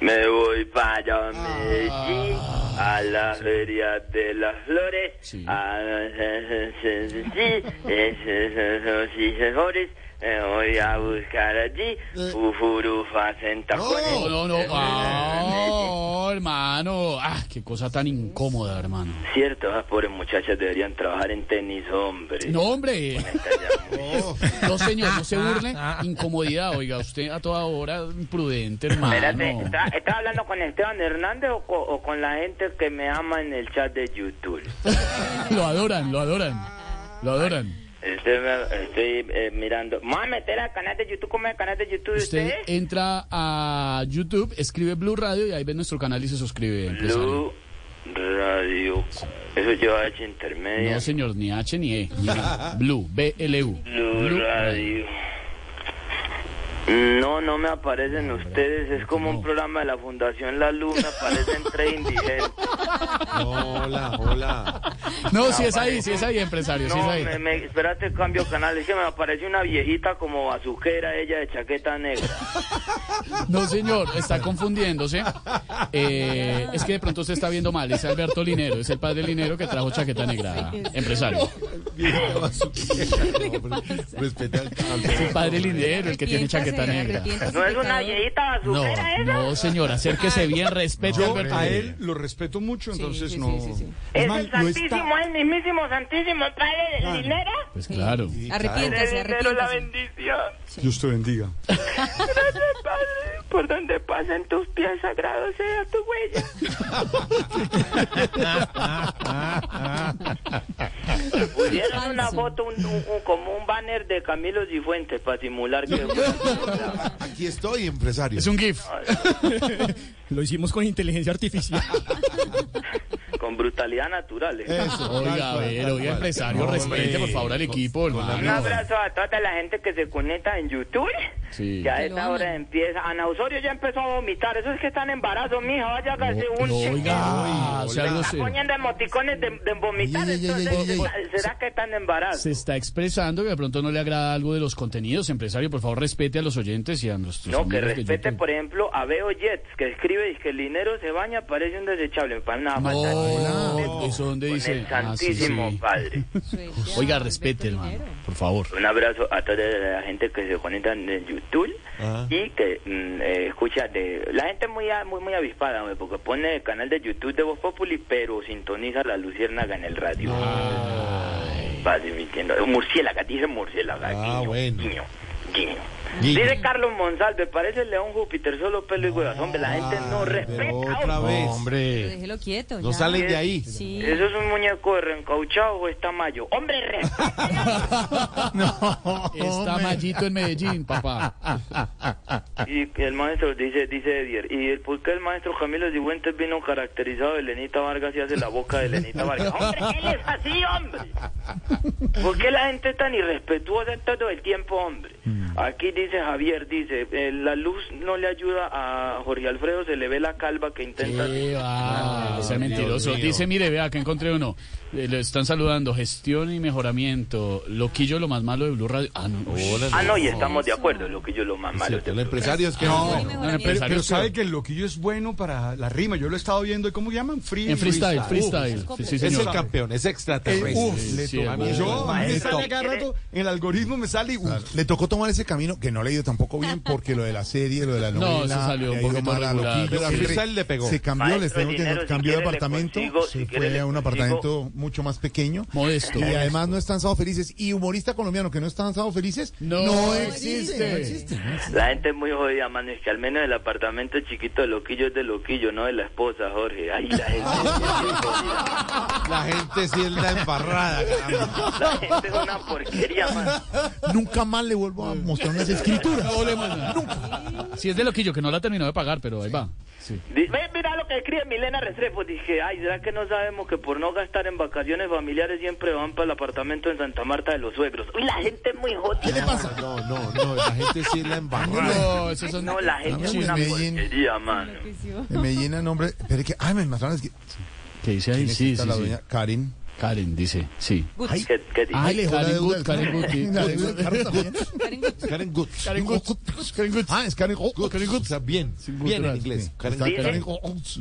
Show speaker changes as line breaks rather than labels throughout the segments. Me voy
Ah.
para Medellín, a la Feria de las Flores, Ah,
Sí.
a eh, sí, esos sí, eh, flores. Me voy a buscar allí, Ufurufa
Eh.
Eh,
No,
Sentacones.
no, no.
eh,
Ah, hermano. Ah, qué cosa tan incómoda, hermano.
Cierto, las pobres muchachas deberían trabajar en tenis, hombre.
No, hombre. No, señor, no se
Ah,
burle. Incomodidad, oiga, usted a toda hora prudente,
Espérate,
hermano.
¿está- ¿estás hablando con Esteban Hernández o co- o con la gente que me ama en el chat de YouTube?
Lo adoran, lo adoran. Lo adoran.
Estoy, estoy eh, mirando. Vamos a meter al canal de YouTube. ¿Cómo es el canal de YouTube de
Usted
ustedes?
entra a YouTube, escribe Blue Radio y ahí ve nuestro canal y se suscribe. empresario.
Blue Radio. Eso yo H intermedia.
No, señor, ni H ni E. ni E. Blue, B-L-U.
Blue Radio. No, no me aparecen ustedes. Es como un programa de la Fundación La Luz. Me aparecen tres indigentes.
Hola, hola.
No, si es ahí, si es ahí, empresario, si es
No,
ahí.
me, me- espérate, cambio canal. Es que me aparece una viejita como bazuquera, ella de chaqueta negra.
No, señor, está confundiéndose. Eh, es que de pronto se está viendo mal. Es Alberto Linero, es el padre Linero que trajo chaqueta negra. Empresario.
Viejita bazuquera. No, hombre, Respeta al
El
campo.
padre Linero, el que tiene chaqueta negra.
¿No es una viejita
No,
bazuquera esa?
no, señor, acérquese bien, respete a
Yo
Alberto
a
Linero.
él lo respeto mucho, entonces
sí,
no.
sí, sí, sí.
Es
¿Es
más,
el
lo
santísimo,
está.
el mismísimo santísimo el padre de Linera?
Pues claro.
Arrepiéntase,
El dinero la
arrepiéntase.
bendición.
Dios te bendiga.
Gracias, Padre, por donde pasen tus pies sagrados sea tu huella. Pusieron una
Falso.
foto, un, un- un- como un banner de Camilo Cifuentes para simular que... fue-
Aquí estoy, empresario.
Es un GIF.
Lo hicimos con inteligencia artificial.
Con brutalidad natural. ¿eh?
Eso,
Oiga, a
tal cual,
ver,
tal
oiga,
cual.
empresario,
No,
respete por
hombre,
favor al
con-
equipo,
con la
Un
hermano.
abrazo a toda la gente que se conecta en YouTube.
Sí.
Ya a
Que lo
esta hora
aman.
empieza. Ana Osorio ya empezó a vomitar. Eso es que están embarazo, mija. Vaya, hágase
No,
un...
no, oiga, o sea,
Hola.
grosero.
poniendo emoticones de, de vomitar.
Ey, ey, ey, ey,
entonces,
ey,
¿será que están embarazados?
se está expresando que de pronto no le agrada algo de los contenidos, empresario. Por favor, respete a los oyentes y a nuestros
No, que
amigos de
respete,
YouTube.
por ejemplo, a Veo Jets, que escribe y que el dinero se baña, parece un desechable. Para nada, para nada.
No, eso donde
Con
dice.
el
Ah, sí,
Santísimo
sí.
Padre. pues.
Oiga, respete, hermano, por favor.
Un abrazo a toda la gente que se conecta en YouTube y que mm, eh, escucha de... La gente es muy, a- muy, muy avispada, hombre, porque pone el canal de YouTube de Voz Populi, pero sintoniza la luciérnaga en el radio. Padre, mi tienda. Murciélaga, dice murciélaga.
Ah,
guiño,
bueno.
Guiño, guiño.
Guiño.
Dice Carlos Monsalve, parece el León Júpiter, solo pelo y huevas. Hombre, la gente no
Ay,
respeta.
pero
hombre.
Otra
Pues,
vez. Hombre.
Déjelo quieto.
No
ya.
salen de ahí.
Sí.
¿Eso es un muñeco de reencauchado o está mayo? ¡Hombre, respeta!
Está Mallito en Medellín, papá.
Y el maestro dice, dice Edier, ¿y el por qué el maestro Camilo Cifuentes vino caracterizado de Lenita Vargas y hace la boca de Lenita Vargas? ¡Hombre, él es así, hombre! ¿Por qué la gente es tan irrespetuosa todo el tiempo, hombre? Aquí dice Javier, dice, eh, la luz no le ayuda a Jorge Alfredo, se le ve la calva que intenta...
Eh, va, sea
Dios
mentiroso.
mío.
Dice, mire, vea, que encontré uno. Eh, le están saludando, gestión y mejoramiento. Loquillo, lo más malo de Blue Radio. Ah, no.
Hola.
Ah, no, y estamos de acuerdo, lo que yo lo más
Es
malo...
cierto, el
de-
empresario es que
No,
bueno.
Bueno,
pero,
empresario
pero
es
sabe
peor.
que el loquillo es bueno para la rima. Yo lo he estado viendo. ¿y ¿Cómo llaman? Free,
En freestyle, freestyle.
Uf,
Sí, sí,
Es
señor.
el campeón, es
Eh,
extraterrestre.
uf, le
sí,
tocó.
hermano.
Yo, a mí me
Maestro.
sale cada rato, en el algoritmo me sale y uf,
Le tocó tomar ese camino que no le ha ido tampoco bien porque lo de la serie, lo de la
No,
novela.
eso salió un
le ha ido
poquito
mal a
regular.
Loquillo,
El
siempre
freestyle le pegó.
Se cambió,
Maestro,
le tengo
el
que-
dinero, si
cambió de
quiere le
apartamento,
consigo, si
se
quiere le
fue a un
consigo.
apartamento mucho más pequeño.
Modesto.
Y además no están sábado felices. Y humorista colombiano que no están sábado felices,
No
no,
existe.
existe. No existe. no existe.
La gente es muy jodida, mano. Es que al menos el apartamento chiquito de Loquillo es de Loquillo, no de la esposa, Jorge. Ay, la gente.
La gente sí es la embarrada. caramba.
la gente es una porquería, mano.
Nunca más le vuelvo a mostrar unas escrituras.
No volvemos a- Sí, es de Loquillo, que no la terminó de pagar, pero ahí va. Sí.
Di- Ve, mira lo que escribe Milena Restrepo. Dije, ay, ¿será que no sabemos que por no gastar en vacaciones familiares siempre van para el apartamento en Santa Marta de los suegros? Uy, la gente es muy jodida.
No, no, no. La gente sí es la embarrada.
No, esos son-
No, la gente es
Sí,
una
Medellín.
porquería, mano.
Me llena nombre. Pero es que, ay, me mataron. Es que,
¿Qué dice ahí?
¿quién es
Sí,
esta
sí,
la
sí.
dueña? Karin.
Karen dice, sí.
¿Qué, qué dice?
Ay,
le dejó la
Karen
deuda
Good, Karen Good, sí.
La deuda de Karen también.
Karen Gutz.
Karen Goods.
Karen Good. Karen Good.
Ah, es Karen Goods.
Karen Goods. O sea, bien.
Sin
bien en
gutural,
inglés.
sí.
Karen
Está
Goods.
Dice-
Karen Goods.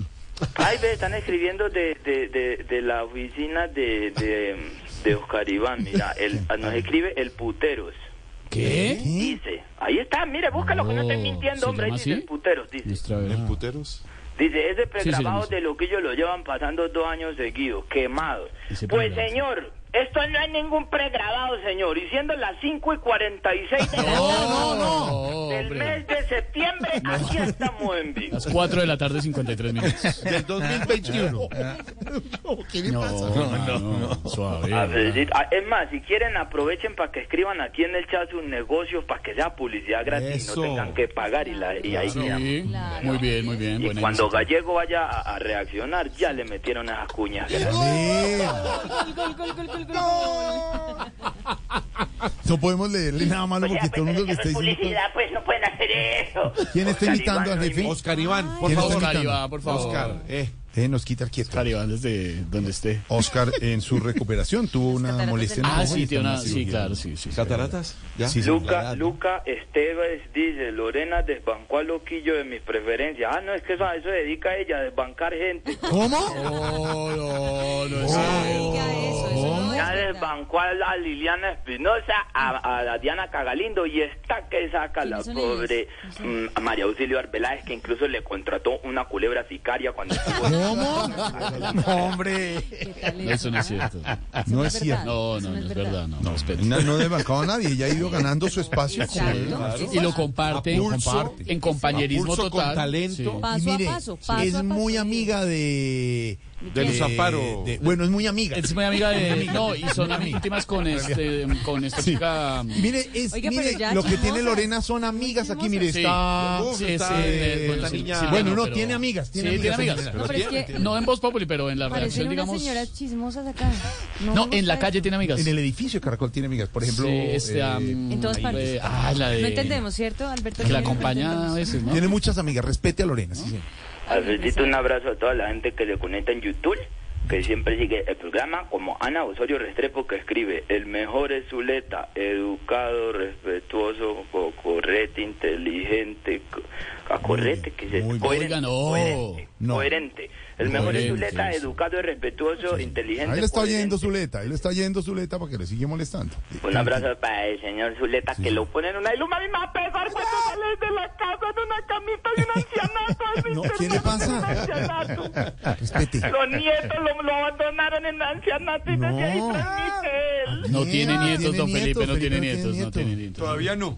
Ay, ve, están escribiendo de, de, de, de la oficina de, de, de Oscar Iván. Mira, el, nos escribe el puteros.
¿Qué?
Dice, ahí está, mire, búscalo que no estoy
No,
mintiendo,
Oh, ¿se
hombre. Ahí
llama
Dice
así?
el puteros, dice.
Nuestra verdad.
En puteros.
Dice, ese
Sí,
pregrabado
señor.
de Loquillo lo llevan pasando dos años seguidos, quemados.
Ese
Pues
pregrabado.
señor, esto no es ningún pregrabado, señor. Y siendo las 5 y 46 de la
No, no,
del
hombre.
mes de septiembre, aquí estamos en vivo.
Las 4 de la tarde, 53 minutos.
Del 2021.
¿Qué le pasa?
no, no. Suave.
A ver, sí, ah, es más, si quieren aprovechen para que escriban aquí en el chat sus negocios para que sea publicidad gratis y
Eso.
no tengan que pagar y, la, y ahí
Sí,
quedamos.
Claro.
muy bien, muy bien.
Y
buena
cuando
iniciativa.
Gallego vaya a, a reaccionar, ya le metieron esas cuñas.
Gol, gol, gol, gol, gol, gol.
No podemos leerle nada malo
Pues ya,
porque todo el
pues,
mundo
pero
le está
es que no es
diciendo.
publicidad,
todo-
pues no pueden hacer eso.
¿Quién está
Oscar
imitando
Iván,
al
no
jefe?
imita-
Oscar Iván, por
¿Quién está
favor.
Oscar
imitando?
Iván, por favor.
Oscar, eh.
Déjenos quitar quieto.
Oscar Iván, desde donde esté.
Oscar en su recuperación tuvo una
cataratas
molestia en
del
el
Ah,
Ah,
ojo y
sí,
está
tiene
en
una.
la
Sí,
cirugía.
claro, sí, sí.
¿Cataratas? ¿Ya?
Sí, sí.
Luca, Luca Esteves dice, Lorena desbancó a Loquillo de mis preferencias. Ah, no, es que eso, a eso dedica ella, a desbancar gente.
¿Cómo?
No, no, no es cierto.
Diga eso, eso no es
Ya
verdad.
desbancó a, la Liliana Espinosa, a, a la Diana Cagalindo y está que saca la
¿Quiénes son ellas?
pobre mm, a María Auxilio Arbeláez, que incluso le contrató una culebra sicaria cuando estuvo...
¿Cómo? No, hombre.
¿Qué tal Ah,
No, eso no es cierto.
No es cierto.
No, no, no es verdad, no.
No,
respeto.
no, no he desbancado a nadie, ella ha ido ganando su espacio.
Exacto.
Y lo comparte,
A pulso,
comparte. en compañerismo
a pulso con
total.
talento.
Sí.
Paso
Y mire,
a paso, paso
es
a paso.
muy amiga de...
De Luz
de-
Amparo.
de- bueno, es muy amiga.
Es muy amiga de. No, y son amigas íntimas con, este, con esta chica.
Y Mire, es,
Oiga,
mire,
pero ya
lo que
chismosas.
tiene Lorena son amigas aquí, mire,
Sí.
está...
Uf,
Sí,
está
sí, eh,
de-
bueno,
esta
sí,
niña-
sí,
Bueno, no,
pero-
tiene amigas, tiene
sí,
amigas
tiene
en
amigas.
No, pero es que
No en Voz Populi, pero en la redacción,
parecen unas
digamos.
señoras chismosas acá. No,
No, en la
¿sabes?
calle tiene amigas.
En el edificio Caracol tiene amigas, por ejemplo...
Sí, este,
eh,
am,
En todas
ahí,
partes.
eh, ah, la de-
No entendemos, ¿cierto, Alberto?
Que la
Linero? No
acompaña a
entendemos.
veces, ¿no?
Tiene muchas amigas, respete a Lorena, sí, señor.
Alfredito, un abrazo a toda la gente que se conecta en YouTube, que siempre sigue el programa, como Ana Osorio Restrepo que escribe, el mejor es Zuleta, educado, respetuoso, co- correte, inteligente, co- a correte, que se
muy bien.
coherente,
Oiga, no,
coherente,
no.
coherente. El mejor es
Coherente,
Zuleta,
sí.
educado, respetuoso, inteligente.
Ahí le está
coherente.
oyendo Zuleta, ahí le está oyendo Zuleta para que le sigue molestando.
Un abrazo para el señor Zuleta que lo pone en una iluma a mí me va a pegar cuando sale de la casa en una camita y un ancianato. es
No,
mi
¿qué le
hermano,
pasa?
es un ancianato.
Respete.
Los nietos lo, lo abandonaron en ancianato y
No.
desde ahí transmite él.
No tiene
Tiene
nietos, don
nietos,
Felipe, no
Felipe,
tiene
no tiene
nietos, no
nietos.
tiene nietos.
Todavía no.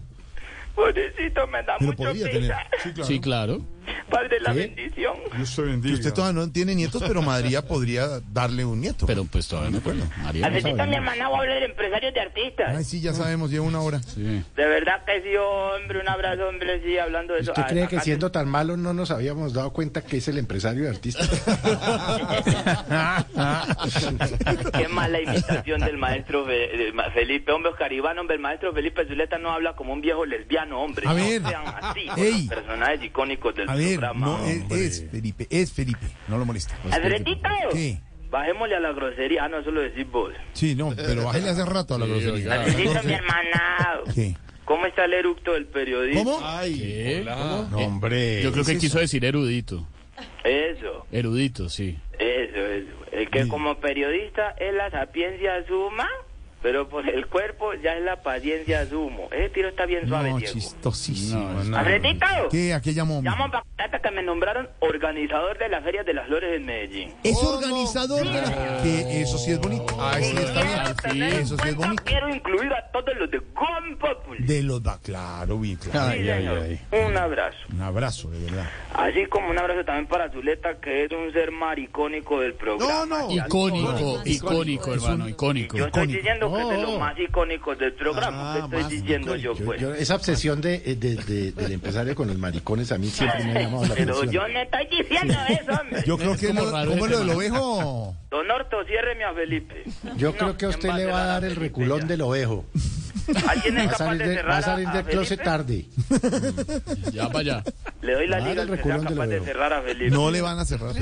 Pobrecito, me da
Pero
mucho
podría
pena.
tener.
Sí, claro.
Padre, la bendición.
Dios te
Que
bendiga.
usted todavía no tiene nietos, pero María podría darle un nieto.
Pero pues todavía no puedo. María no
Alfredito, mi
sabe.
hermana va a hablar de empresarios de artistas.
Ay, sí, ya sabemos, lleva una hora.
Sí.
De verdad que sí, hombre, un abrazo, hombre, sí, hablando de eso.
¿Usted
Ah,
cree que
acá-
siendo tan malo no nos habíamos dado cuenta que es el empresario de artistas?
Qué mala imitación del maestro Fe- del ma- Felipe. Hombre, Oscar Iván, hombre, el maestro Felipe Zuleta no habla como un viejo lesbiano, hombre.
A
no
ver,
sean así, con
ey.
los personajes icónicos del
A ver,
programa.
no, eh, es, es Felipe, es Felipe, no lo molesta.
Alfredito,
¿Qué?
bajémosle a la grosería. Ah, no, eso lo decís vos.
Sí, no, pero bájale hace rato a la
Sí,
grosería.
oiga.
Alfredito, mi hermana.
¿Qué?
¿Cómo está el eructo del periodismo?
¿Cómo?
¿Qué? Eh,
No, hombre.
Yo creo
¿qué
que
es
quiso
eso?
decir erudito.
Eso,
Erudito, sí.
eso, eso. El que como periodista es la sapiencia suma, pero por el cuerpo ya es la paciencia sumo. Ese tiro está bien suave,
No,
Diego.
chistosísimo.
No,
no.
Alfredito.
¿Qué? ¿A qué llamó? hombre?
Llamo para contarte que me nombraron organizador de la Feria de las Flores en Medellín.
Es
Oh,
organizador de la... Que eso sí es bonito. Ah, sí, está bien.
Quiero tener en
Eso sí es
cuenta,
bonito.
Quiero incluir a todos los de Gom Populi.
De los da, claro, bien, claro.
Sí, señor. Un abrazo.
Un abrazo, de verdad.
Así como un abrazo también para Zuleta, que es un ser maricónico del programa.
No, no.
Icónico,
Icónico.
icónico, hermano, icónico.
Yo estoy
icónico.
diciendo que es de los
Oh.
más icónicos del programa.
Ah,
¿Qué estoy
más
diciendo
icónico.
yo, pues?
Yo- esa obsesión de,
eh,
de- de- del empresario con los maricones a mí siempre me ha llamado la
Pero
atención.
yo no estoy diciendo eso, hombre.
Yo creo
Es
que
como
lo,
raro
¿cómo
ese
lo del
man.
ovejo?
Don Orto, ciérreme a Felipe.
Yo
No,
creo que a usted
¿quién
le va a dar el
cerrar
reculón
Felipe
del ovejo.
ya? ¿Alguien
Va
es
a
capaz
salir,
de
de- va a
cerrar
salir
a este.
del closet
Felipe?
tarde.
Ya para allá.
Le doy la
Claro, el
liga al que sea
reculón de
capaz de
Lobero.
cerrar a Felipe.
No le van a cerrar.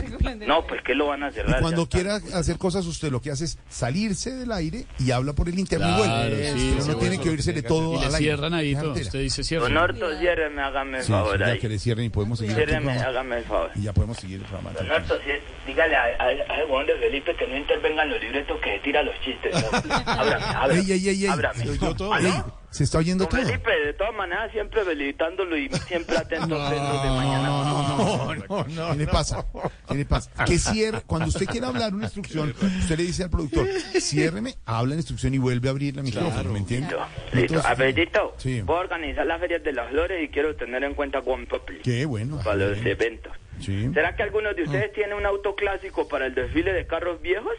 No, pues que lo van a cerrar. ya
Cuando
está.
quiera hacer cosas, usted lo que hace es salirse del aire y habla por el interno y
Claro,
vuelve.
sí,
Pero
sí,
no tiene
bueno.
que oírsele todo
Y le
al aire.
cierran ahí todo.
Cartera.
Usted dice
Don
cierra.
Orto, ciérreme, hágame el
Sí, sí,
favor
ya
ahí.
que le cierren y podemos seguir. aquí el
Ciérreme,
eh,
programa.
hágame el favor.
Y ya podemos seguir el programa.
Don Orto, sí, eh, dígale a- a- a ese huevón de Felipe que no intervengan los libretos que tira los chistes. ¿no? Ábrame, ábrame.
Ey, ey, ey, ey.
ábrame.
Se oyó todo.
¿Aló?
Ey, se está oyendo
Don
todo.
Felipe, de todas maneras, siempre felicitándolo y siempre atento a los de
Ah,
mañana.
¿Qué le pasa? ¿Qué le pasa? Que cierre, cuando usted quiera hablar una instrucción, usted le dice al productor, ciérreme, habla la instrucción y vuelve a abrir la micrófono, ¿me entiende?
Listo, listo.
Entonces,
Alfredito,
Sí.
voy a organizar las ferias de las flores y quiero tener en cuenta Juan Populi
Qué bueno.
para los eventos.
Sí. Ah.
¿Será que algunos de ustedes tienen un auto clásico para el desfile de carros viejos?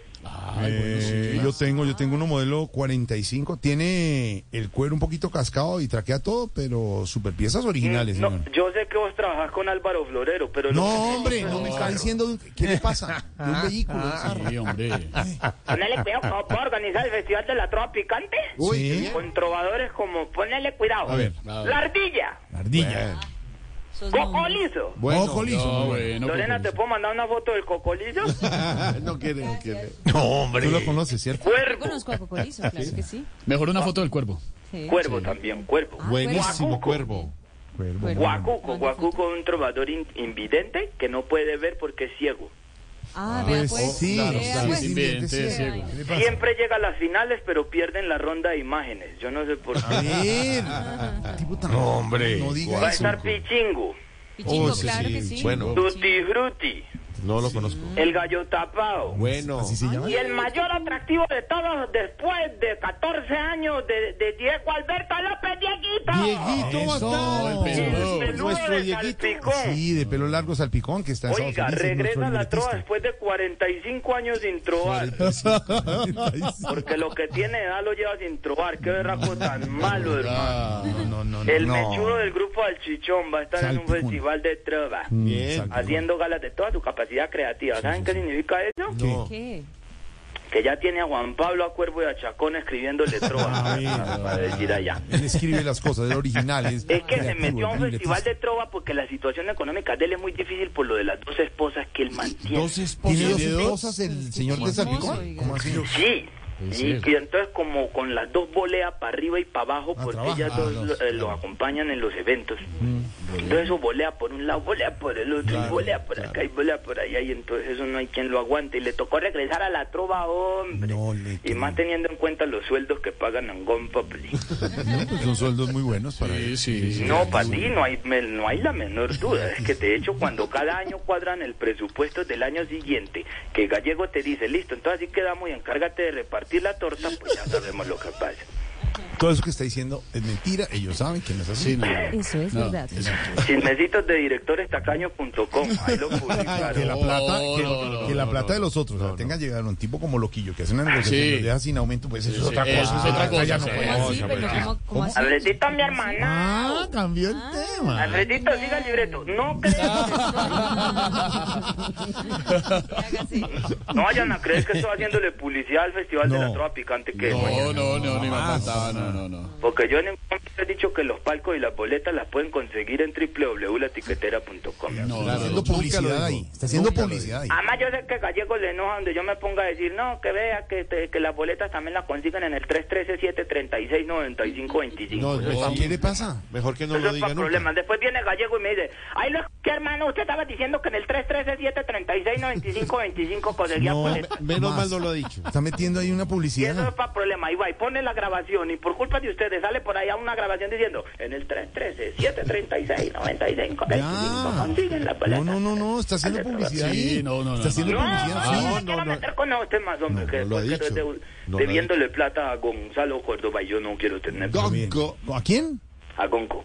Eh, yo tengo, yo tengo uno modelo 45, tiene el cuero un poquito cascado y traquea todo, pero super piezas originales,
no,
señor.
yo sé que vos trabajás con Álvaro Florero, pero...
Mm. No,
lo que-
hombre, no me está diciendo de un- qué le pasa. De un vehículo.
Sí, hombre.
Ponele cuidado, ¿cómo puedo organizar el Festival de la Trova Picante?
Sí.
Con trovadores como... Ponele cuidado.
A ver,
a ver.
La Ardilla,
Ardilla.
Pues
Coco Liso.
Bueno, Ojo liso.
No,
hombre.
bueno,
Lorena,
pues,
¿te puedo mandar una foto del Coco Liso?
no quiere, no quiere.
No, hombre. Tú lo conoces, ¿cierto?
Yo
Cuervo.
conozco a Cocorizo,
Ah,
claro que sí.
Mejor una foto del cuervo.
Sí. Ah,
Cuervo también, cuervo.
Ah,
Buenísimo
Guacuco.
cuervo.
Cuervo.
Guacuco, Guacuco es un trovador in- invidente que no puede ver porque es ciego.
Ah, vea pues.
sí,
vea,
claro,
pues.
sí,
Invidente,
sí,
ciego.
¿Qué le pasa?
Siempre llega a las finales, pero pierden la ronda de imágenes. Yo no sé por
A
qué.
ver, tipo tan-
No, hombre.
No
Va
diga
a
eso.
estar Pichingo,
Pichingo,
Oh, sí,
claro
sí,
que sí.
bueno.
Tutti Frutti,
No lo conozco.
El Gallo Tapado.
Bueno. Ah,
¿Así se llama?
Y el mayor atractivo de todos después de 14 años de, de Diego Alberto López Dieguito.
Dieguito
Eso,
Bastón.
el peludo.
El peludo
Nuestro
de
Dieguito.
Salpicón.
Sí, de pelo largo salpicón que está en
Oiga,
Estados Unidos,
regresa
nuestro
la trova
libretista.
después de 45 años sin trovar. Porque lo que tiene edad lo lleva sin trovar. Qué berraco tan malo, hermano.
Ah, no, no, no, no,
El
no.
mechudo del grupo Al Chichón va a estar en
Salpicón. Mm.
un festival de trova.
Bien.
Haciendo galas de toda su capacidad creativa. ¿Saben qué significa eso?
No.
¿Qué?
Que ya tiene a Juan Pablo, a Cuervo y a Chacón escribiéndole trova. para decir allá.
Ah, Él escribe las cosas, es original. Es,
Es que se
creativo,
metió a un
libretista.
festival de trova porque la situación económica de él es muy difícil por lo de las dos esposas que él mantiene.
Dos
¿Tiene
esposas.
dos esposas el señor de Salpicón?
oiga.
¿Cómo así?
Sí.
Sí,
Y,
sí.
y entonces como con las dos boleas para arriba y para abajo, porque
trabaja.
ellas
Ah,
dos
no,
lo, eh, los acompañan en los eventos. entonces eso bolea por un lado, bolea por el otro, y bolea por acá y bolea por allá, y entonces eso no hay quien lo aguante. Y le tocó regresar a la trova, hombre.
No le
y
creo.
más teniendo en cuenta los sueldos que pagan en Gompopli.
No, pues son sueldos muy buenos para
Sí,
él.
sí, sí.
No, para ti no hay, me- no hay la menor duda. Es que de hecho cuando cada año cuadran el presupuesto del año siguiente, que Gallego te dice, listo, entonces así quedamos y encárgate de repartir la torta, pues ya sabemos lo que pasa.
Todo eso que está diciendo es mentira. Ellos saben que no es así.
Sí, no.
Eso es
No.
verdad.
Chismecitos de directorestacaño.com. Ahí lo
Ah, Que la
publicaron.
plata,
No,
que,
no, no,
que la
no,
plata
no,
de los otros la tenga llegar un tipo como Loquillo que hace una negociación
Sí.
y lo deja sin aumento, pues eso es otra
eso
cosa.
es otra cosa,
Ya no
sí.
puede.
¿Cómo así?
no,
Pero
no,
¿cómo, cómo así?
Alfredito, mi hermana.
Ah, cambió el tema.
Alfredito, siga el libreto. No
Ah.
crean.
Hágase.
No vayan a creer que estoy haciéndole publicidad al Festival de la
No.
Trova Picante que es mañana.
No, no, no, ni me
Ah,
faltaba, no, no, no.
Porque yo en el momento he dicho que los palcos y las boletas las pueden conseguir en www.latiquetera.com.
No,
Está
no,
haciendo
no.
publicidad ahí. Está haciendo publicidad ahí.
Ah,
Además, yo sé que Gallego le enoja donde yo me ponga a decir, no, que vea que, te- que las boletas también las consiguen en el 313-736-9525.
No,
pues,
no,
¿Qué le pasa?
mejor que no
Eso
lo
es para
diga
problemas.
nunca.
Después viene Gallego y me dice, ahí lo escuché, hermano, usted estaba diciendo que en el 313-736-9525 conseguía
No,
boletas.
Menos
Más.
mal no lo ha dicho.
Está metiendo ahí una
Y eso es
publicidad.
para problema. Ahí va y pone la grabación y por culpa de ustedes sale por allá una grabación diciendo, en el 313-736-9525
Ya.
consiguen las
No,
boletas.
no, no, no. Está haciendo publicidad
Sí,
ahí.
no, no, no,
Está haciendo
No, no,
publicidad.
no,
sí.
me quiero meter con los temas, hombre,
No,
que
no lo ha
después
dicho.
de-
No lo ha
debiéndole plata a Gonzalo Córdoba y yo no quiero tener
Está bien.
Gonco.
¿A quién?
a Gonco.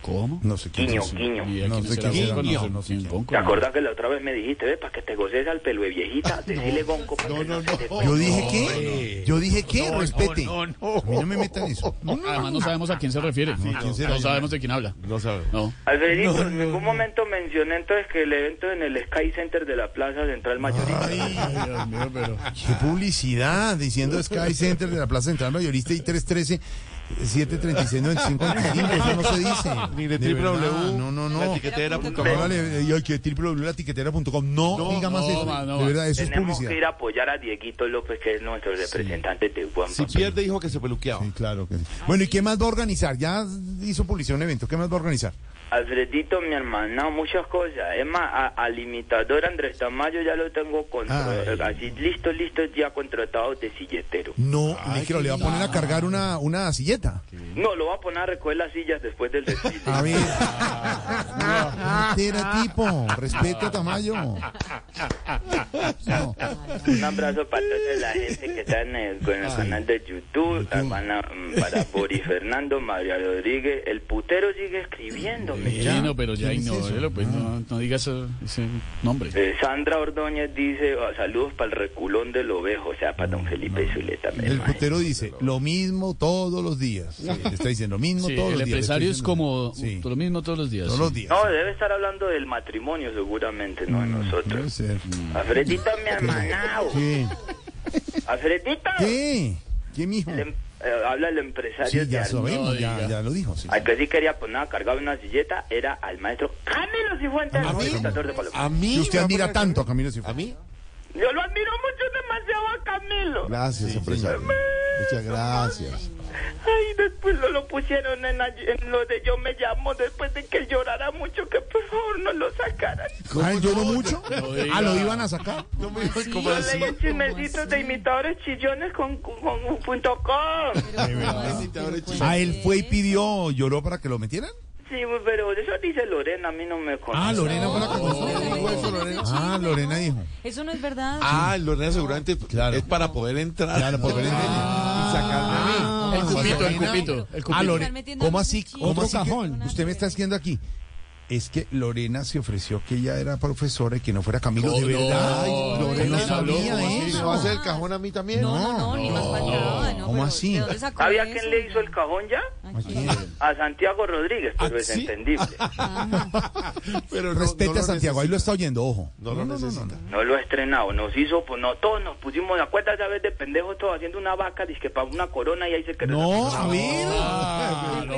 ¿Cómo?
No sé quién.
Guiño,
es.
guiño.
¿Y a
No
quién
sé
será?
quién será,
Gonco?
no sé, no sé
¿Quién?
quién.
Gonco,
¿Te
no.
acuerdas que la otra vez me dijiste, ve, para que te goces al pelo de viejita? Decile Gonco. para que
no,
se
no.
te-
Yo dije que. Yo dije que. Respete.
no, no.
A mí no me metan eso.
Además no sabemos a quién se refiere.
¿quién será?
No sabemos de quién habla.
No sabe.
No.
Alfredito, en ningún momento mencioné entonces que el evento en el Sky Center de la Plaza Central Mayorista.
Dios mío, pero...
Qué publicidad, diciendo Sky Center de la Plaza Central Mayorista y 313 736 9525 eso no se dice.
Ni de
verdad,
www.
No, no, no.
La etiquetera punto com.
Póngale, eh, y hay que www.latiquetera.com. No,
No,
diga más
no,
eso.
ma, no,
de
ma.
verdad, eso es
Tenemos
publicidad.
que ir a apoyar a Dieguito López, que es nuestro representante de Juan
Si pierde, dijo que se peluqueaba.
Sí, claro que sí. Bueno, ¿y qué más va a organizar? Ya hizo publicidad un evento. ¿Qué más va a organizar?
Alfredito, mi hermano, muchas cosas. Es más, a- al imitador Andrés Tamayo ya lo tengo
Ay.
contra- así listo, listo, ya contratado de silletero.
No, negro, le va a poner a cargar una, una silleta.
No, lo va a poner a recoger las sillas después del desfile.
Mm. A ver. Era tipo, respeta a Tamayo. No.
Un abrazo para toda la gente que está en el, con el canal de YouTube, hermana, mm, para Boris Fernando, María Rodríguez. El putero sigue escribiéndome.
Sí, no, pero ya
¿Quién es eso? Ah.
ignórelo, pues no, no digas eh, ese nombre.
Eh, Sandra Ordóñez dice, ah, saludos para el reculón del ovejo, o sea, para don Felipe Zuleta. me
Mm. El
imagino.
putero dice lo mismo todos los días. Le está diciendo lo mismo
Sí,
todos
el
los días. le está
empresario es
diciendo-
como
Sí,
lo mismo todos los días.
todos
sí.
los días.
No, debe estar hablando del matrimonio seguramente, no de
Mm, Puede
nosotros.
ser.
Alfredito, mi hermanao.
¿Qué?
Alfredito.
¿Qué? ¿Qué mijo?
El em- eh, habla el empresario
Sí, ya
de Armenia.
sabemos, ya,
diga.
ya lo dijo. sí.
Al que sí quería poner a cargar una silleta era al maestro Camilo Cifuentes,
¿A
el
mí?
presentador de Paloma.
A mí.
Que usted
me va
admira
poner-
tanto a Camilo
¿A
Cifuentes.
mí?
Yo lo admiro mucho, demasiado a Camilo.
Gracias, empresario. Muchas gracias.
Ay, después lo, lo pusieron en, allí- en lo de Yo me llamo, después de que llorara mucho, que por favor no lo sacaran.
Ay, ¿Ah, lloró mucho.
diga.
Ah, lo iban a sacar.
No me dijo como
Yo leí en chismecitos de imitadores chillones con, con, con punto com.
Ah, él fue y pidió, lloró para que lo metieran.
Sí, pero eso dice Lorena, a mí no me conoce.
Ah, Lorena fue la que
dijo eso, Lorena.
Ah, Lorena dijo.
Eso no es verdad.
Ah, Lorena seguramente
Claro.
es para poder entrar. Ah.
Claro, por ver en tele.
Y sacarme a mí.
Ah,
Ah,
El cupito, el
Lorena.
cupito, el
Ah,
cupito.
Lore-
metiendo
¿Cómo
mucho
así?
chiste.
¿Cómo
Otro
así que-
cajón.
usted me está haciendo aquí. Es que Lorena se ofreció que ella era profesora y que no fuera Camilo.
Oh,
de
no,
verdad.
no,
Lorena
no, no, no,
sabía
no,
eso.
¿Me va a hacer el cajón a mí también?
No, no, no, ni más faltaba, ¿no?
¿Cómo
pero
así?
¿de dónde sacó
¿Sabía
eso?
quién le hizo el cajón ya?
Ay, qué-
A Santiago Rodríguez, pero
¿Ah,
es
sí?
entendible.
Pero no-
Respete
no lo
a Santiago, ahí lo
necesita.
está oyendo, ojo.
No lo necesita.
No lo ha estrenado, nos hizo, pues no, todos nos pusimos de acuerdo esa vez de pendejos, todos haciendo una vaca, disque para una corona y ahí se quedó.
No, a ver.
Ah, no,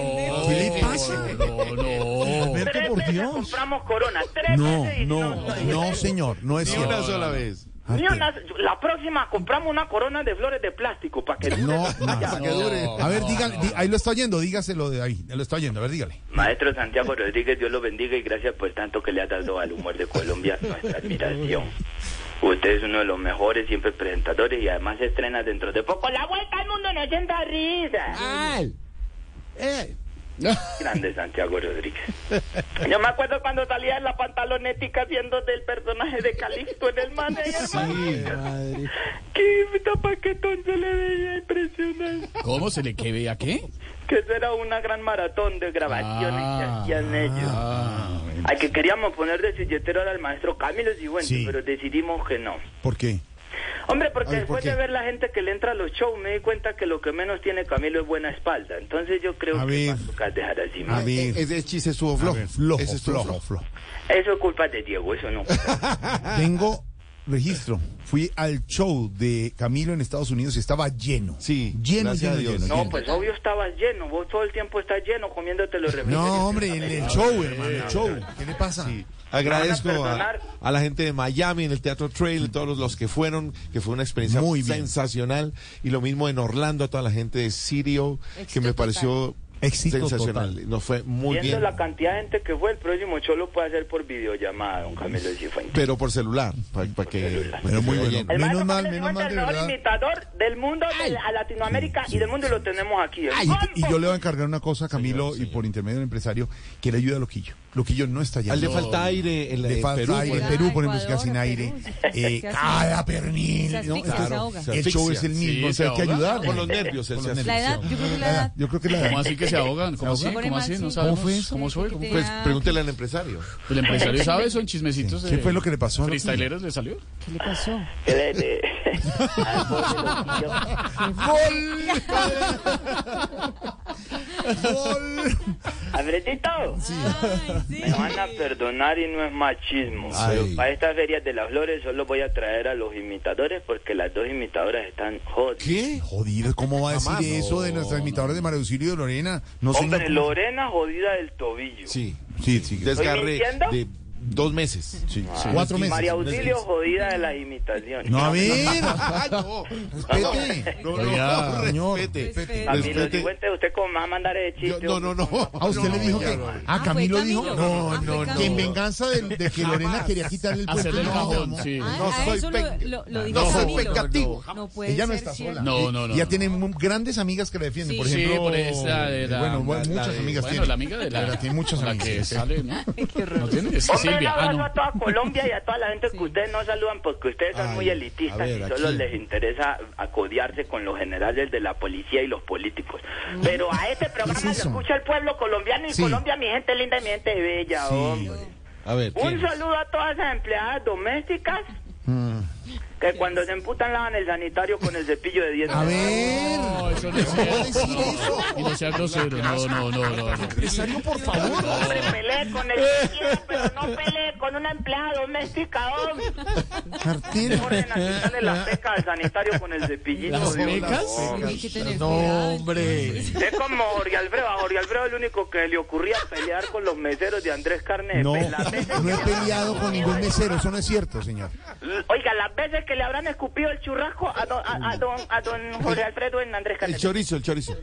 ¿Qué le pasa?
No, no.
Verte,
Tres
por
veces
Dios.
compramos corona, tres
No, Ah,
veces y
no, no, señor, no es
Ni una
cierto.
sola vez.
Ni una- la próxima compramos una corona de flores de plástico para que
No, no.
Para que dure.
A ver, dígale, di- ahí lo está oyendo, dígaselo de ahí, lo está oyendo, a ver, dígale.
Maestro Santiago Rodríguez, Dios lo bendiga y gracias por tanto que le ha dado al humor de Colombia nuestra admiración. Usted es uno de los mejores siempre presentadores y además se estrena dentro de poco La Vuelta al Mundo en 80 risas. Eh. Grande Santiago Rodríguez. Yo me acuerdo cuando salía en la pantalonética haciendo del personaje de Calixto en el manager. Qué tapaquetón se le veía impresionante.
¿Cómo se le quede a qué?
Que eso era una gran maratón de grabaciones
Ah,
que hacían ellos.
Ah,
Al que queríamos poner de silletero era el maestro Camilo Sigüenza,
Sí.
pero decidimos que no.
¿Por qué?
Hombre, porque
A ver, ¿por
después
qué?
de ver la gente que le entra a los shows, me di cuenta que lo que menos tiene Camilo es buena espalda. Entonces yo creo
A
que
ver.
va a tocar dejar así.
A
man.
ver.
Ese chiste estuvo
A
flojo.
ver, Eh, flojo,
Ese estuvo
flojo, flojo.
Eso es culpa de Diego, eso no.
Tengo registro. Fui al show de Camilo en Estados Unidos y estaba lleno.
Sí,
Lleno,
gracias
lleno,
a Dios.
lleno,
No,
lleno.
pues obvio estabas lleno. Vos todo el tiempo estás lleno comiéndote los refrescos.
No, hombre, el, el show, hermano, el show. ¿Qué le pasa?
Sí. Agradezco
Van a
a,
perdonar.
a la gente de Miami, en el Teatro Trail, todos los, los que fueron, que fue una experiencia
Muy bien.
sensacional. Y lo mismo en Orlando, a toda la gente de Sirio, que
Éxito
me
total.
pareció
Éxito
sensacional.
total.
Nos fue muy
Viendo
bien.
la cantidad de gente que fue, el próximo show lo puede hacer por videollamada, don Camilo Cifuentes.
Pero por celular, para que. pa'
Pero
que
muy
se
bueno.
vayan.
El
Menos
maestro
mal,
Camilo
menos mal,
Cifuentes,
de
el
verdad.
mejor imitador del mundo, de la- a Latinoamérica y del mundo, y lo tenemos aquí. el
Ay, y, y
combo.
yo le voy a encargar una cosa a Camilo y por intermedio del empresario, que le ayude a Loquillo. Loquillo no está
Al de
lleno.
falta aire en la
Le
en
falta
Perú,
aire.
bueno.
En Perú, por
Ecuador,
ejemplo, se queda sin
Perú,
aire.
sí, sí,
Eh,
se hace-
cada pernil.
se asfixia,
No,
se ahoga.
El show es el
Sí,
mismo,
se
o sea, hay que
ahoga.
ayudar. Ah,
Por los nervios, él se hace.
La edad, yo creo que la edad.
Yo creo que la
¿Cómo así que se ahogan? ¿Cómo
Se
así?
ahogan.
¿Cómo así? No
¿Cómo
sabemos.
fue eso?
¿Cómo fue? ¿Cómo fue?
Pues pregúntele al empresario.
¿El empresario sabe? Son chismecitos.
¿Qué fue lo que le pasó a Loquillo?
¿Freestyleros le salió?
¿Qué le pasó?
Que le- le- Al pobre loquillo.
Gol.
Alfredito,
Ay, sí.
me van a perdonar y no es machismo.
Ay.
Pero para estas ferias de las flores solo voy a traer a los imitadores porque las dos imitadoras están hot.
¿Qué? Jodido, ¿cómo va a decir
Jamás,
eso de
no.
nuestras imitadoras de María Auxilio y de Lorena? No
Hombre,
señor.
Lorena jodida del tobillo.
Sí.
Sí, sí.
Desgarré
mintiendo?
de dos meses.
sí, sí.
Cuatro meses.
María Auxilio
meses.
jodida de las imitaciones.
No, a ver.
Ay, no.
Respete.
No, no,
Oiga,
respete.
respete.
A mí los
respete.
delincuentes, este, usted con más mandar de
Yo-
chiste.
no, no, no.
¿A Ah, usted le dijo que.? ¿A
Ah, fue
Camilo dijo?
Camilo.
No,
Ah, fue
no, no.
Camilo.
Que en venganza de, de que Lorena quería quitarle el puesto.
Hacerle el
Ah, No,
cajón,
no.
sí.
Ah,
No
a
soy
eso lo,
pe-
lo, lo dijo
No soy
Camilo.
pecativo.
No puede
Ella no
ser
está
cierto.
sola.
No, no, no,
Ya
no.
tiene mu- grandes amigas que la defienden. Por
Sí.
ejemplo.
Sí, por esa de la-
bueno,
la-
muchas
la de-
amigas
Bueno,
tiene.
la amiga de la,
Pero tiene muchas
la que
amigas.
sale, ¿no? ¿No tiene? Es
Hombre,
Silvia.
un
Ah,
abrazo
no.
a toda Colombia y a toda la gente que ustedes no saludan porque ustedes son
Ay,
muy
a
elitistas
ver,
y solo
aquí.
les interesa acodearse con los generales de la policía y los políticos.
Mm.
Pero a este programa
es
lo
eso?
escucha el pueblo colombiano y
Sí.
Colombia, mi gente linda y mi gente bella, hombre.
A ver.
Un
¿quién?
saludo a todas las empleadas domésticas
Mm.
que cuando se emputan lavan el sanitario con el cepillo de dientes.
A ver.
No, eso no es cierto.
decir eso?
No, Y no sea grosero. No, no, no, no. no.
Empresario, por favor.
Hombre, pelee con el que quiera, pero no pelee con una empleada doméstica, hombre.
Cartera.
Orden a quitarle las pecas al sanitario con el cepillito.
¿Las
de una
pecas?
bomba.
Hay que tener
No,
cuidado.
hombre.
Es como Jorge Alfredo. A Jorge Alfredo es el único que le ocurría pelear con los meseros de Andrés Carne.
No, no he peleado con ningún mesero. Eso no es cierto, señor.
Oiga, las veces que le habrán escupido el churrasco a don, a, a don, a don Jorge Alfredo en Andrés
El
Carne.
chorizo, el chorizo.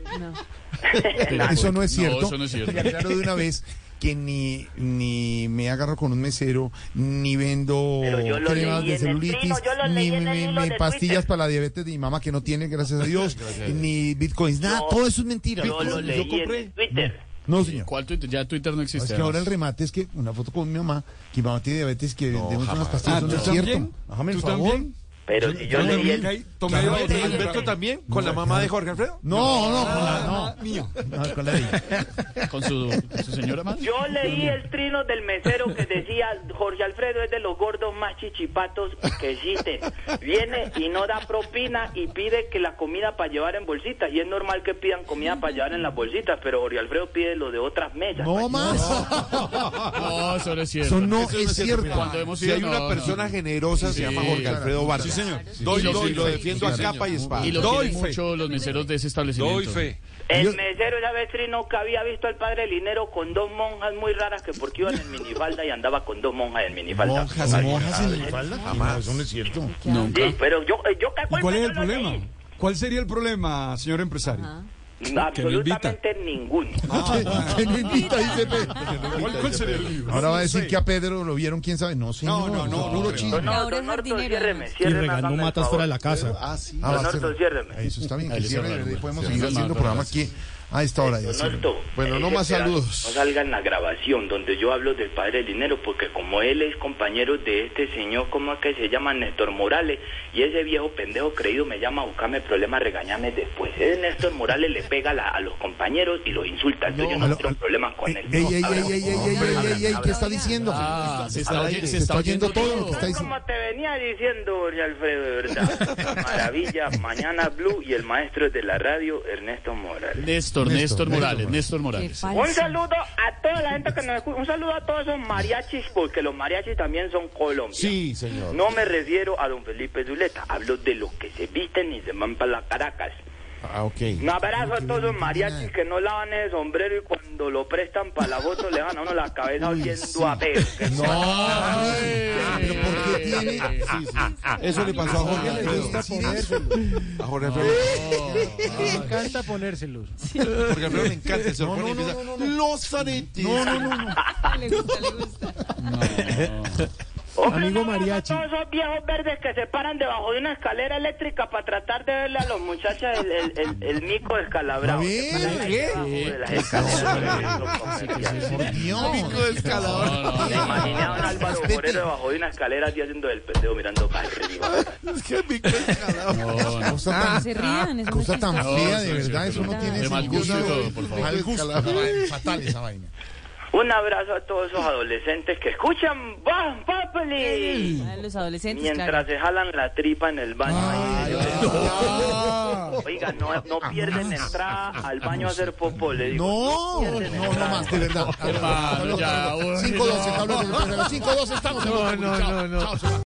Eso no es
No,
cierto.
eso no es cierto.
Y aclaro de una vez que ni, ni me agarro con un mesero, ni vendo
Pero yo lo leí
cremas
en
de
el
celulitis,
trino, yo lo leí
ni
en el
me-
hilo
me-
de
pastillas
Twitter.
para la diabetes de mi mamá que no tiene, gracias a Dios, ni bitcoins, nada, todo eso es mentira.
Yo lo
Bitcoin,
leí en
compré.
Twitter.
No, señor.
¿Cuál Twitter? Ya Twitter no
Es
existe.
que ahora el
además.
remate es que una foto con mi mamá, que mi mamá tiene diabetes, que vendemos unas pastillas,
Ah,
eso no es
¿tú
cierto.
también?
Hágame el
¿Tú
favor.
también?
Pero si yo leí
Tomé-
el...
tomé-
Claro.
¿Alberto también? ¿Con la mamá de Jorge Alfredo?
No, no, con la- no.
Mío.
No, con la de ella.
Con su, con su señora madre.
Yo leí el trino del mesero que decía Jorge Alfredo es de los gordos más chichipatos que existen. Viene y no da propina y pide que la comida para llevar en bolsitas. Y es normal que pidan comida para llevar en las bolsitas, pero Jorge Alfredo pide lo de otras mesas.
No más.
No, eso no es cierto.
Eso no
Eso no
es
es cierto,
cierto.
Cuando hemos
Si
ido,
hay
no,
una
no.
persona generosa, se
Sí,
llama Jorge
claro.
Alfredo Vargas. Sí, señor. Doy,
Y lo
doy,
sí,
lo
sí,
defiendo
sí,
a
sí,
capa y espada.
Ah,
Y lo
Doy
quieren
fe.
mucho los meseros de ese establecimiento.
El mesero esa vez trino que había visto al padre Linero con dos monjas muy raras que porque iban en minifalda y andaba con dos monjas en minifalda.
Monjas, monjas en la espalda. Jamás, eso no es cierto.
Nunca.
Sí, pero yo, eh, yo ¿qué
¿Y
culpa
cuál es
yo
el Ah.
lo
problema?
leí?
¿Cuál sería el problema, señor empresario?
Ah,
Absolutamente ninguno.
Que no invita, dice Pedro.
¿Cuál, cuál sería el lío?
Ahora va a decir que a Pedro lo vieron, quién sabe. No, señor.
no, no,
Puro
no,
chisme.
Y ahora
don
es
Norton,
jardinero,
ciérreme,
además.
Y
ciérreme,
regaló
hágame el
matas fuera de
favor.
la casa.
Ah, sí.
Ah, va a
Don
ser-
Norton, ciérreme.
Eso está bien,
Ahí
que
le
cierre.
cerraron,
y Podemos
sí,
seguir
sí,
haciendo
sí.
programa aquí a esta hora. ya,
Don
cierre.
Alto,
Bueno, no
eh,
más
espera,
saludos.
No salga en la grabación donde yo hablo del padre Linero, porque como él es compañero de este señor, ¿cómo es que se llama Néstor Morales? Y ese viejo pendejo creído me llama a buscarme problemas, regañarme después. Ese Néstor Morales le pega a la- a los compañeros y los insulta. Entonces yo no
aló,
quiero
aló.
problemas con
Ey,
él.
ey, ey,
No,
ey, ey, ey, ey, ey, ey, ¿qué está
Oiga.
diciendo?
Ah, se está, oye- se
Se
está oyendo
todo lo que está
Tal
diciendo.
como te venía diciendo, Jorge Alfredo, de verdad. Maravilla, mañana Blue y el maestro de la radio, Ernesto Morales.
Néstor, Néstor Morales, Néstor Morales.
Qué
Un
falso.
saludo a toda la gente que nos escucha. Un saludo a todos esos mariachis, porque los mariachis también son Colombia.
Sí, señor.
No me refiero a don Felipe Zuleta. Hablo de los que se visten y se van para las Caracas.
Ah, ok.
Un abrazo a todos los mariachis que no lavan el sombrero y cuando lo prestan para la foto le dan a uno la cabeza oliendo a pelo. Que
Pero ¿por qué tiene?
Eso le pasó a Jorge
¿Por qué le
Alfredo.
gusta decir eso?
A Jorge Alfredo.
Me encanta ponérselos.
Jorge Alfredo le encanta. Se
No,
pone y
no,
empieza,
no,
Los aretes.
Le gusta, le gusta.
Hombre,
Amigo
un abrazo
mariachi.
A todos esos viejos verdes que se paran debajo de una escalera eléctrica para tratar de verle a los muchachos el, el, el, el mico descalabrado.
A ver,
Que paran ahí
Eh,
debajo
¿qué?
de las escaleras.
Por
Pico
Dios.
de escalador.
No, no,
Me imaginé a un Álvaro Forero debajo de una escalera así haciendo el pendejo mirando para arriba.
Es que pico de escalador.
no, no.
Cosa
No
tan-
Ah, se rían, es una
Ah, Cosa tan
chiste.
No,
fea,
sí,
de
sí,
verdad,
sí,
eso
sí.
no tiene
De mal
ningún
gusto y
sabor.
todo, por favor.
Mal gusto. Fatal esa vaina.
Un abrazo a todos esos adolescentes que escuchan Voz Populi.
Ah, Los adolescentes,
Mientras
claro.
se jalan la tripa en el baño. ahí, ellos
No,
están- Oiga, no, no pierden entrada al baño a hacer popó, le digo.
no, no, no más, de verdad.
Hermano, ya, bueno.
5-2, está hablando de 5-2, estamos en
No,
Voz Populi,
no,
chao,
no, no.
chao, se va.